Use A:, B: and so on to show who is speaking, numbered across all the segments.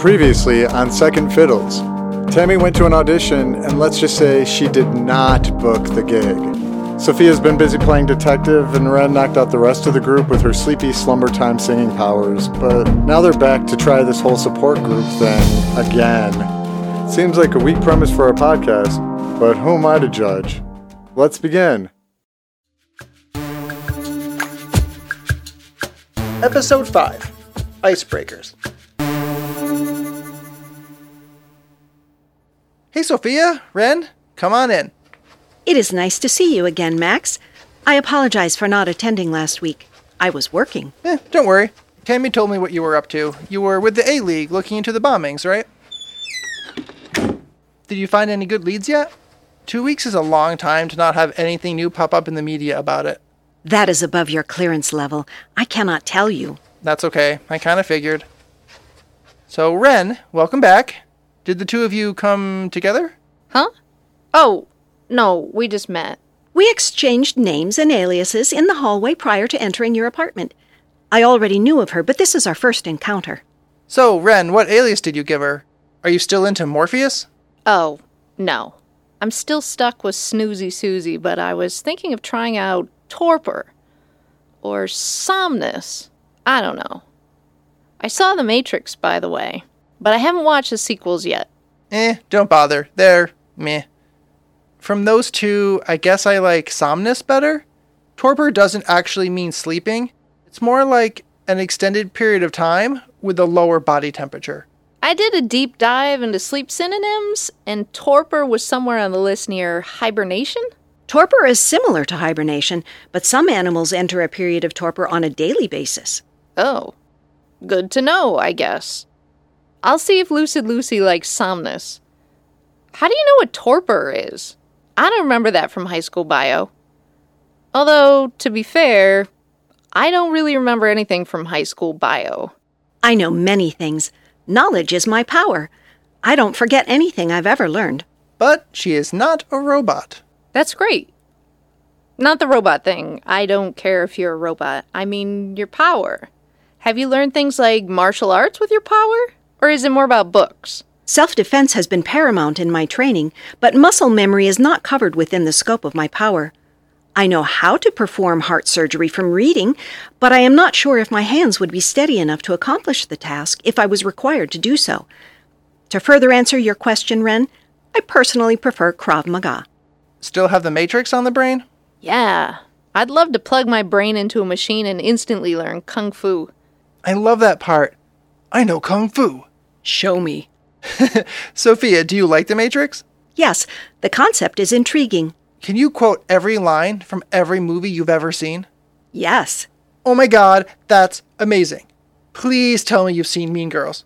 A: Previously on Second Fiddles, Tammy went to an audition and let's just say she did not book the gig. Sophia's been busy playing detective and Ren knocked out the rest of the group with her sleepy slumber time singing powers, but now they're back to try this whole support group thing again. Seems like a weak premise for a podcast, but who am I to judge? Let's begin.
B: Episode 5 Icebreakers. Hey, Sophia, Ren, come on in.
C: It is nice to see you again, Max. I apologize for not attending last week. I was working.
B: Eh, don't worry. Tammy told me what you were up to. You were with the A League looking into the bombings, right? Did you find any good leads yet? Two weeks is a long time to not have anything new pop up in the media about it.
C: That is above your clearance level. I cannot tell you.
B: That's okay. I kind of figured. So, Ren, welcome back. Did the two of you come together?
D: Huh? Oh, no, we just met.
C: We exchanged names and aliases in the hallway prior to entering your apartment. I already knew of her, but this is our first encounter.
B: So, Ren, what alias did you give her? Are you still into Morpheus?
D: Oh, no. I'm still stuck with Snoozy Susie, but I was thinking of trying out Torpor or Somnus. I don't know. I saw The Matrix, by the way, but I haven't watched the sequels yet.
B: Eh, don't bother. They're meh. From those two, I guess I like somnus better. Torpor doesn't actually mean sleeping, it's more like an extended period of time with a lower body temperature.
D: I did a deep dive into sleep synonyms, and torpor was somewhere on the list near hibernation?
C: Torpor is similar to hibernation, but some animals enter a period of torpor on a daily basis.
D: Oh, good to know, I guess. I'll see if Lucid Lucy likes Somnus. How do you know what torpor is? I don't remember that from high school bio. Although, to be fair, I don't really remember anything from high school bio.
C: I know many things. Knowledge is my power. I don't forget anything I've ever learned.
B: But she is not a robot.
D: That's great. Not the robot thing. I don't care if you're a robot. I mean, your power. Have you learned things like martial arts with your power? Or is it more about books?
C: Self defense has been paramount in my training, but muscle memory is not covered within the scope of my power. I know how to perform heart surgery from reading, but I am not sure if my hands would be steady enough to accomplish the task if I was required to do so. To further answer your question, Ren, I personally prefer Krav Maga.
B: Still have the Matrix on the brain?
D: Yeah. I'd love to plug my brain into a machine and instantly learn kung fu.
B: I love that part. I know Kung Fu.
C: Show me.
B: Sophia, do you like the Matrix?
C: Yes, the concept is intriguing.
B: Can you quote every line from every movie you've ever seen?
C: Yes.
B: Oh my god, that's amazing. Please tell me you've seen Mean Girls.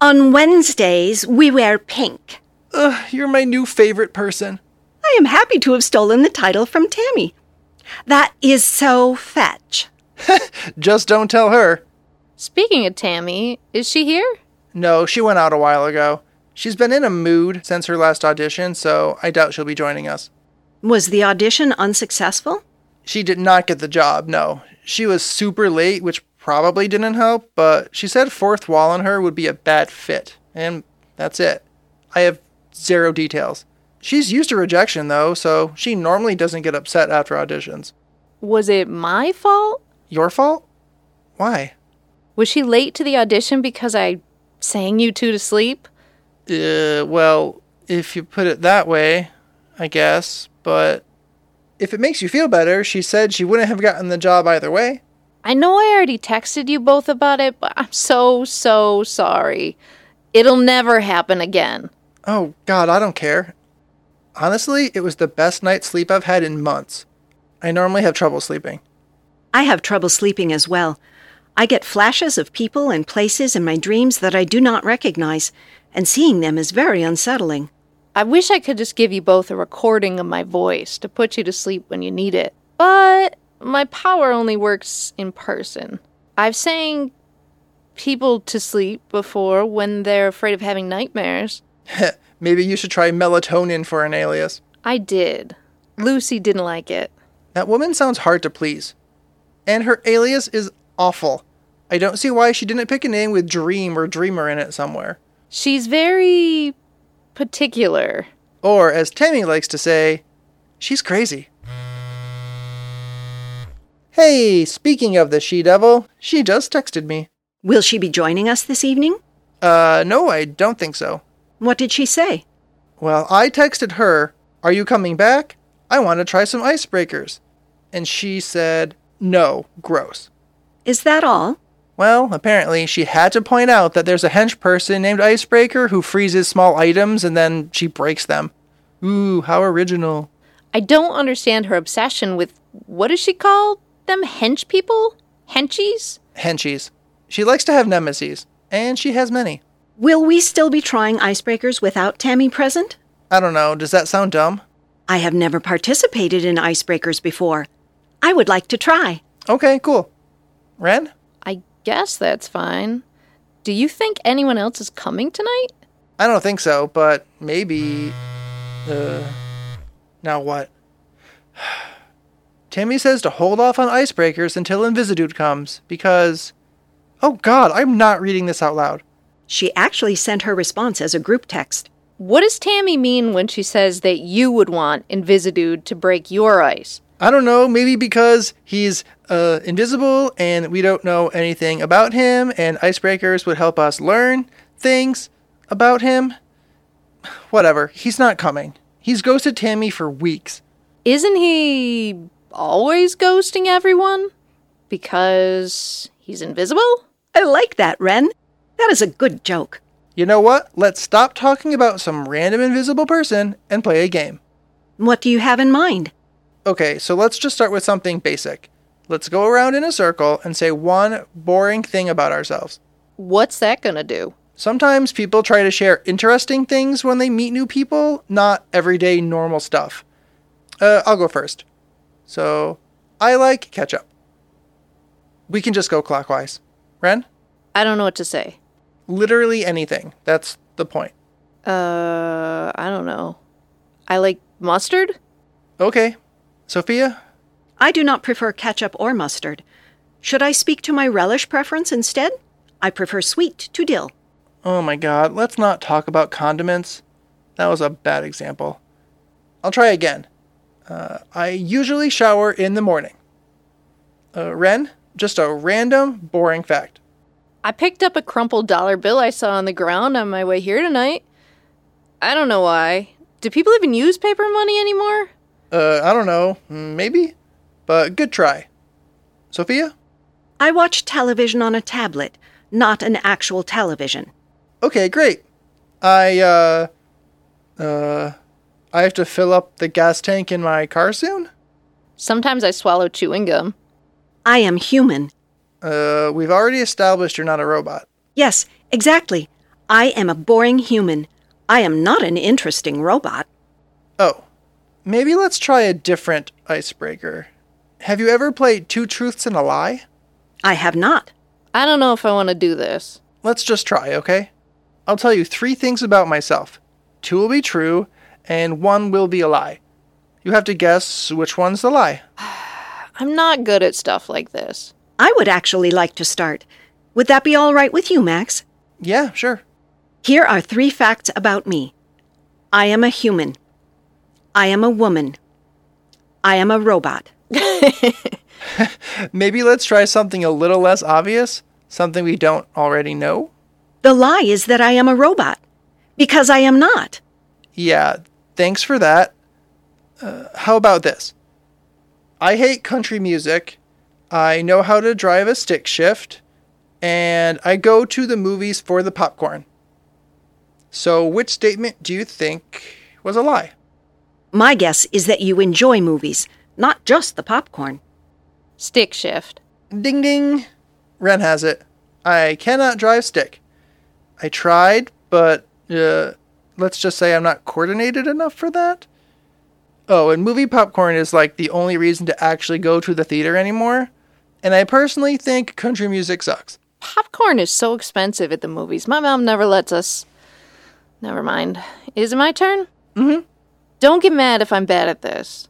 C: On Wednesdays, we wear pink.
B: Ugh, you're my new favorite person.
C: I am happy to have stolen the title from Tammy. That is so fetch.
B: Just don't tell her.
D: Speaking of Tammy, is she here?
B: No, she went out a while ago. She's been in a mood since her last audition, so I doubt she'll be joining us.
C: Was the audition unsuccessful?
B: She did not get the job, no. She was super late, which probably didn't help, but she said fourth wall on her would be a bad fit. And that's it. I have zero details. She's used to rejection, though, so she normally doesn't get upset after auditions.
D: Was it my fault?
B: Your fault? Why?
D: Was she late to the audition because I sang you two to sleep?
B: Uh, well, if you put it that way, I guess, but if it makes you feel better, she said she wouldn't have gotten the job either way.
D: I know I already texted you both about it, but I'm so, so sorry. It'll never happen again.
B: Oh, God, I don't care. Honestly, it was the best night's sleep I've had in months. I normally have trouble sleeping.
C: I have trouble sleeping as well. I get flashes of people and places in my dreams that I do not recognize, and seeing them is very unsettling.
D: I wish I could just give you both a recording of my voice to put you to sleep when you need it, but my power only works in person. I've sang people to sleep before when they're afraid of having nightmares.
B: Maybe you should try melatonin for an alias.
D: I did. Lucy didn't like it.
B: That woman sounsounds hard to please. And her alias is awful. I don't see why she didn't pick a name with Dream or Dreamer in it somewhere.
D: She's very particular.
B: Or, as Tammy likes to say, she's crazy. Hey, speaking of the she devil, she just texted me.
C: Will she be joining us this evening?
B: Uh, no, I don't think so.
C: What did she say?
B: Well, I texted her, Are you coming back? I want to try some icebreakers. And she said, No, gross.
C: Is that all?
B: Well, apparently, she had to point out that there's a hench person named Icebreaker who freezes small items and then she breaks them. Ooh, how original.
D: I don't understand her obsession with what does she call them? Hench people? Henchies?
B: Henchies. She likes to have nemesis, and she has many.
C: Will we still be trying icebreakers without Tammy present?
B: I don't know, does that sound dumb?
C: I have never participated in icebreakers before. I would like to try.
B: Okay, cool. Ren?
D: I guess that's fine. Do you think anyone else is coming tonight?
B: I don't think so, but maybe. Uh, now what? Tammy says to hold off on icebreakers until Invisidude comes because. Oh god, I'm not reading this out loud.
C: She actually sent her response as a group text.
D: What does Tammy mean when she says that you would want Invisidude to break your ice?
B: I don't know, maybe because he's uh, invisible and we don't know anything about him, and icebreakers would help us learn things about him. Whatever, he's not coming. He's ghosted Tammy for weeks.
D: Isn't he always ghosting everyone? Because he's invisible?
C: I like that, Ren. That is a good joke.
B: You know what? Let's stop talking about some random invisible person and play a game.
C: What do you have in mind?
B: Okay, so let's just start with something basic. Let's go around in a circle and say one boring thing about ourselves.
D: What's that gonna do?
B: Sometimes people try to share interesting things when they meet new people, not everyday normal stuff. Uh, I'll go first. So, I like ketchup. We can just go clockwise. Ren?
D: I don't know what to say.
B: Literally anything. That's the point.
D: Uh, I don't know. I like mustard?
B: Okay. Sophia?
C: I do not prefer ketchup or mustard. Should I speak to my relish preference instead? I prefer sweet to dill.
B: Oh my god, let's not talk about condiments. That was a bad example. I'll try again. Uh, I usually shower in the morning. Uh, Ren, just a random, boring fact.
D: I picked up a crumpled dollar bill I saw on the ground on my way here tonight. I don't know why. Do people even use paper money anymore?
B: Uh, I don't know, maybe? But good try. Sophia?
C: I watch television on a tablet, not an actual television.
B: Okay, great. I, uh, uh, I have to fill up the gas tank in my car soon?
D: Sometimes I swallow chewing gum.
C: I am human.
B: Uh, we've already established you're not a robot.
C: Yes, exactly. I am a boring human. I am not an interesting robot.
B: Oh, maybe let's try a different icebreaker. Have you ever played Two Truths and a Lie?
C: I have not.
D: I don't know if I want to do this.
B: Let's just try, okay? I'll tell you three things about myself. Two will be true, and one will be a lie. You have to guess which one's the lie.
D: I'm not good at stuff like this.
C: I would actually like to start. Would that be all right with you, Max?
B: Yeah, sure.
C: Here are three facts about me I am a human. I am a woman. I am a robot.
B: Maybe let's try something a little less obvious, something we don't already know.
C: The lie is that I am a robot, because I am not.
B: Yeah, thanks for that. Uh, how about this? I hate country music. I know how to drive a stick shift. And I go to the movies for the popcorn. So, which statement do you think was a lie?
C: My guess is that you enjoy movies, not just the popcorn.
D: Stick shift.
B: Ding ding. Ren has it. I cannot drive stick. I tried, but uh, let's just say I'm not coordinated enough for that. Oh, and movie popcorn is like the only reason to actually go to the theater anymore. And I personally think country music sucks.
D: Popcorn is so expensive at the movies. My mom never lets us. Never mind. Is it my turn?
B: Mhm.
D: Don't get mad if I'm bad at this.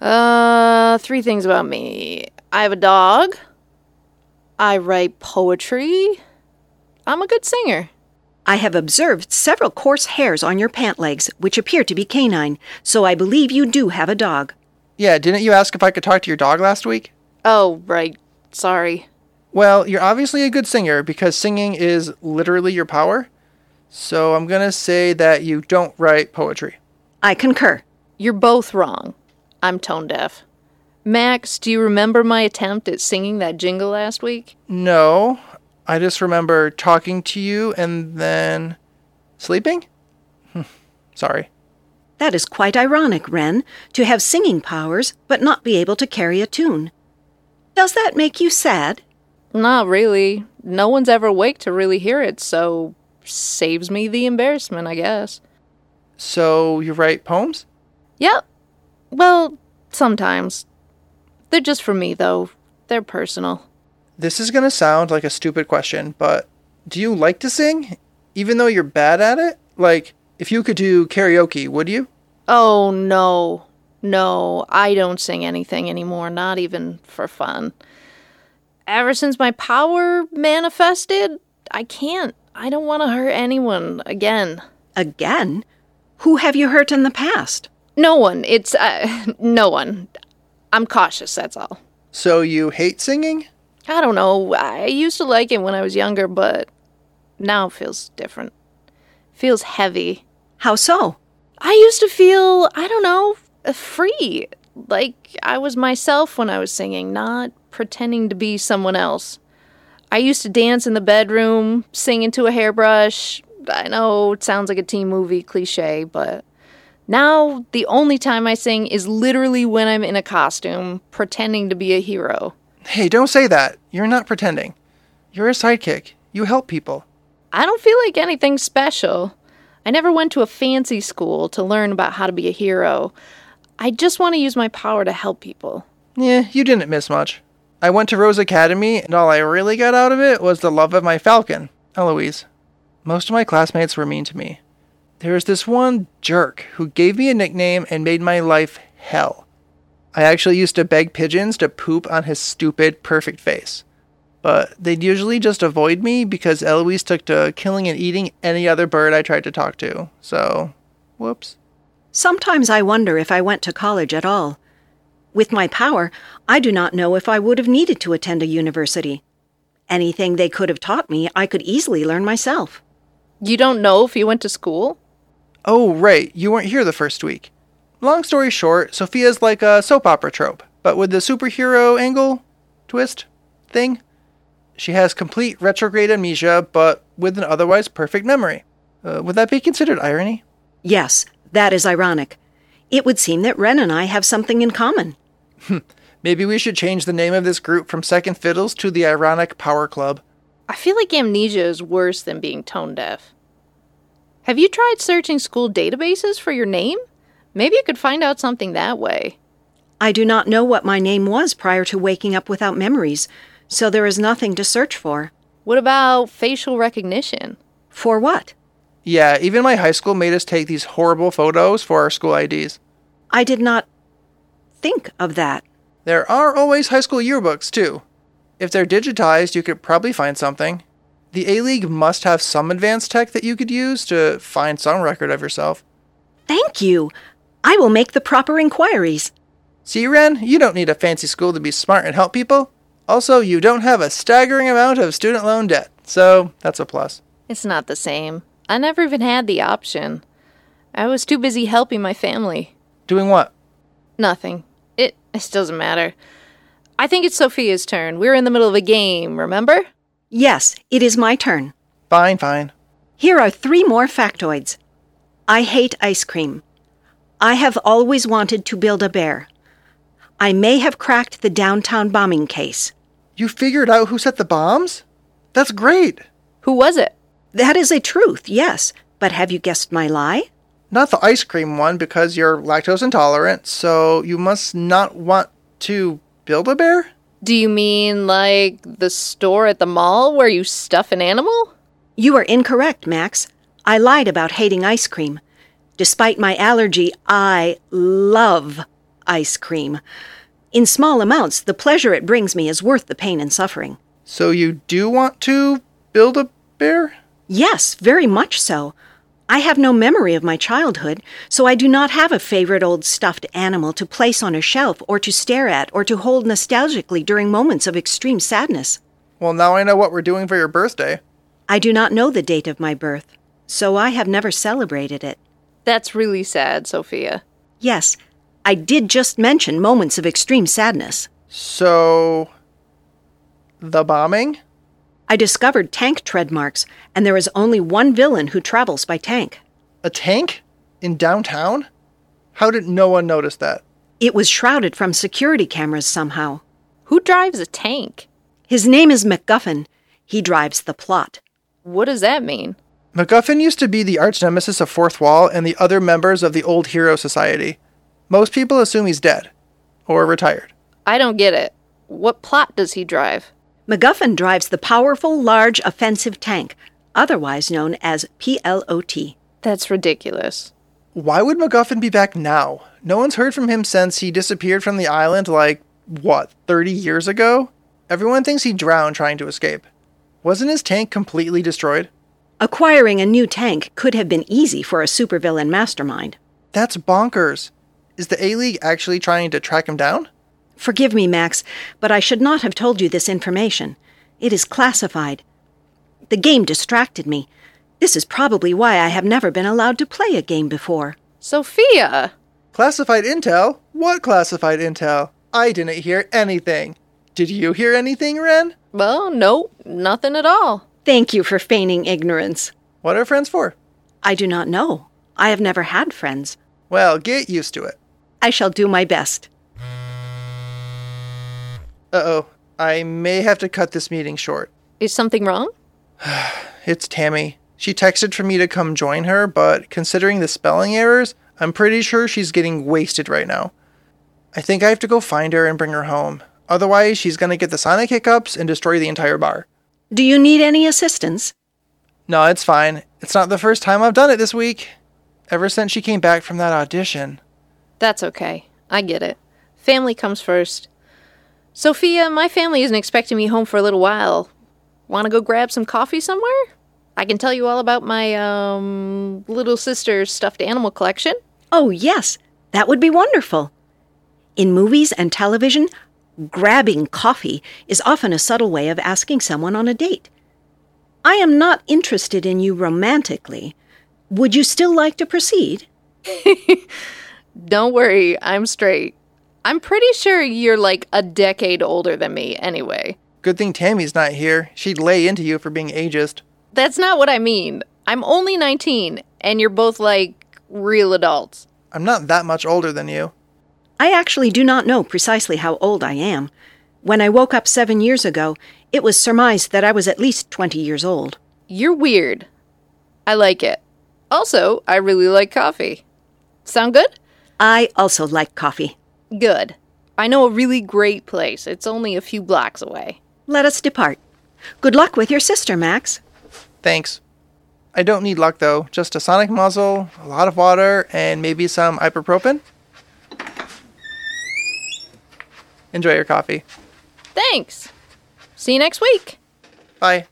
D: Uh, three things about me I have a dog, I write poetry, I'm a good singer.
C: I have observed several coarse hairs on your pant legs, which appear to be canine, so I believe you do have a dog.
B: Yeah, didn't you ask if I could talk to your dog last week?
D: Oh, right. Sorry.
B: Well, you're obviously a good singer because singing is literally your power. So I'm going to say that you don't write poetry.
C: I concur.
D: You're both wrong. I'm tone deaf. Max, do you remember my attempt at singing that jingle last week?
B: No, I just remember talking to you and then sleeping? Hmm, Sorry.
C: That is quite ironic, Wren, to have singing powers but not be able to carry a tune. Does that make you sad?
D: Not really. No one's ever awake to really hear it, so saves me the embarrassment, I guess.
B: So you write poems?
D: Yep. Well, sometimes. They're just for me, though. They're personal.
B: This is going to sound like a stupid question, but do you like to sing even though you're bad at it? Like, if you could do karaoke, would you?
D: Oh, no. No, I don't sing anything anymore, not even for fun. Ever since my power manifested, I can't. I don't want to hurt anyone again.
C: Again? Who have you hurt in the past?
D: No one. It's uh, no one. I'm cautious, that's all.
B: So you hate singing?
D: I don't know. I used to like it when I was younger, but now it feels different. Feels heavy.
C: How so?
D: I used to feel, I don't know, uh, free. Like I was myself when I was singing, not pretending to be someone else. I used to dance in the bedroom, sing into a hairbrush. I know it sounds like a teen movie cliche, but now the only time I sing is literally when I'm in a costume, pretending to be a hero.
B: Hey, don't say that. You're not pretending. You're a sidekick. You help people.
D: I don't feel like anything special. I never went to a fancy school to learn about how to be a hero. I just want to use my power to help people.
B: Yeah, you didn't miss much. I went to Rose Academy, and all I really got out of it was the love of my falcon, Eloise. Most of my classmates were mean to me. There was this one jerk who gave me a nickname and made my life hell. I actually used to beg pigeons to poop on his stupid, perfect face. But they'd usually just avoid me because Eloise took to killing and eating any other bird I tried to talk to. So, whoops.
C: Sometimes I wonder if I went to college at all. With my power, I do not know if I would have needed to attend a university. Anything they could have taught me, I could easily learn myself.
D: You don't know if you went to school?
B: Oh, right, you weren't here the first week. Long story short, Sophia's like a soap opera trope, but with the superhero angle, twist, thing. She has complete retrograde amnesia, but with an otherwise perfect memory. Uh, would that be considered irony?
C: Yes, that is ironic. It would seem that Wren and I have something in common.
B: Maybe we should change the name of this group from Second Fiddles to the Ironic Power Club.
D: I feel like amnesia is worse than being tone deaf. Have you tried searching school databases for your name? Maybe you could find out something that way.
C: I do not know what my name was prior to waking up without memories, so there is nothing to search for.
D: What about facial recognition?
C: For what?
B: Yeah, even my high school made us take these horrible photos for our school IDs.
C: I did not think of that.
B: There are always high school yearbooks, too. If they're digitized, you could probably find something. The A League must have some advanced tech that you could use to find some record of yourself.
C: Thank you. I will make the proper inquiries.
B: See, Ren, you don't need a fancy school to be smart and help people. Also, you don't have a staggering amount of student loan debt, so that's a plus.
D: It's not the same. I never even had the option. I was too busy helping my family.
B: Doing what?
D: Nothing. It, it doesn't matter. I think it's Sophia's turn. We're in the middle of a game, remember?
C: Yes, it is my turn.
B: Fine, fine.
C: Here are three more factoids. I hate ice cream. I have always wanted to build a bear. I may have cracked the downtown bombing case.
B: You figured out who set the bombs? That's great.
D: Who was it?
C: That is a truth, yes. But have you guessed my lie?
B: Not the ice cream one because you're lactose intolerant, so you must not want to build a bear?
D: Do you mean like the store at the mall where you stuff an animal?
C: You are incorrect, Max. I lied about hating ice cream. Despite my allergy, I love ice cream. In small amounts, the pleasure it brings me is worth the pain and suffering.
B: So you do want to build a bear?
C: Yes, very much so. I have no memory of my childhood, so I do not have a favorite old stuffed animal to place on a shelf or to stare at or to hold nostalgically during moments of extreme sadness.
B: Well, now I know what we're doing for your birthday.
C: I do not know the date of my birth, so I have never celebrated it.
D: That's really sad, Sophia.
C: Yes, I did just mention moments of extreme sadness.
B: So. The bombing?
C: I discovered tank tread marks, and there is only one villain who travels by tank.
B: A tank? In downtown? How did no one notice that?
C: It was shrouded from security cameras somehow.
D: Who drives a tank?
C: His name is MacGuffin. He drives the plot.
D: What does that mean?
B: MacGuffin used to be the arch nemesis of Fourth Wall and the other members of the Old Hero Society. Most people assume he's dead or retired.
D: I don't get it. What plot does he drive?
C: MacGuffin drives the powerful, large, offensive tank, otherwise known as PLOT.
D: That's ridiculous.
B: Why would MacGuffin be back now? No one's heard from him since he disappeared from the island, like, what, 30 years ago? Everyone thinks he drowned trying to escape. Wasn't his tank completely destroyed?
C: Acquiring a new tank could have been easy for a supervillain mastermind.
B: That's bonkers. Is the A League actually trying to track him down?
C: Forgive me, Max, but I should not have told you this information. It is classified. The game distracted me. This is probably why I have never been allowed to play a game before.
D: Sophia!
B: Classified intel? What classified intel? I didn't hear anything. Did you hear anything, Ren?
D: Well, nope, nothing at all.
C: Thank you for feigning ignorance.
B: What are friends for?
C: I do not know. I have never had friends.
B: Well, get used to it.
C: I shall do my best.
B: Uh oh, I may have to cut this meeting short.
D: Is something wrong?
B: It's Tammy. She texted for me to come join her, but considering the spelling errors, I'm pretty sure she's getting wasted right now. I think I have to go find her and bring her home. Otherwise, she's gonna get the sonic hiccups and destroy the entire bar.
C: Do you need any assistance?
B: No, it's fine. It's not the first time I've done it this week. Ever since she came back from that audition.
D: That's okay. I get it. Family comes first. Sophia, my family isn't expecting me home for a little while. Want to go grab some coffee somewhere? I can tell you all about my um little sister's stuffed animal collection.
C: Oh, yes, that would be wonderful. In movies and television, grabbing coffee is often a subtle way of asking someone on a date. I am not interested in you romantically. Would you still like to proceed?
D: Don't worry, I'm straight. I'm pretty sure you're like a decade older than me anyway.
B: Good thing Tammy's not here. She'd lay into you for being ageist.
D: That's not what I mean. I'm only 19 and you're both like real adults.
B: I'm not that much older than you.
C: I actually do not know precisely how old I am. When I woke up seven years ago, it was surmised that I was at least 20 years old.
D: You're weird. I like it. Also, I really like coffee. Sound good?
C: I also like coffee.
D: Good. I know a really great place. It's only a few blocks away.
C: Let us depart. Good luck with your sister, Max.
B: Thanks. I don't need luck though, just a sonic muzzle, a lot of water, and maybe some ibuprofen. Enjoy your coffee.
D: Thanks. See you next week.
B: Bye.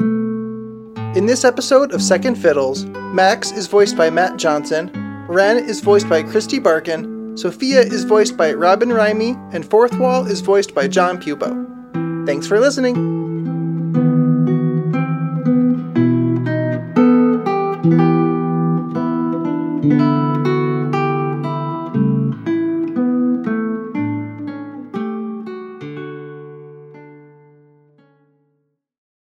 B: In this episode of Second Fiddles, Max is voiced by Matt Johnson, Ren is voiced by Christy Barkin, Sophia is voiced by Robin Rimey, and Fourth Wall is voiced by John Pubo. Thanks for listening.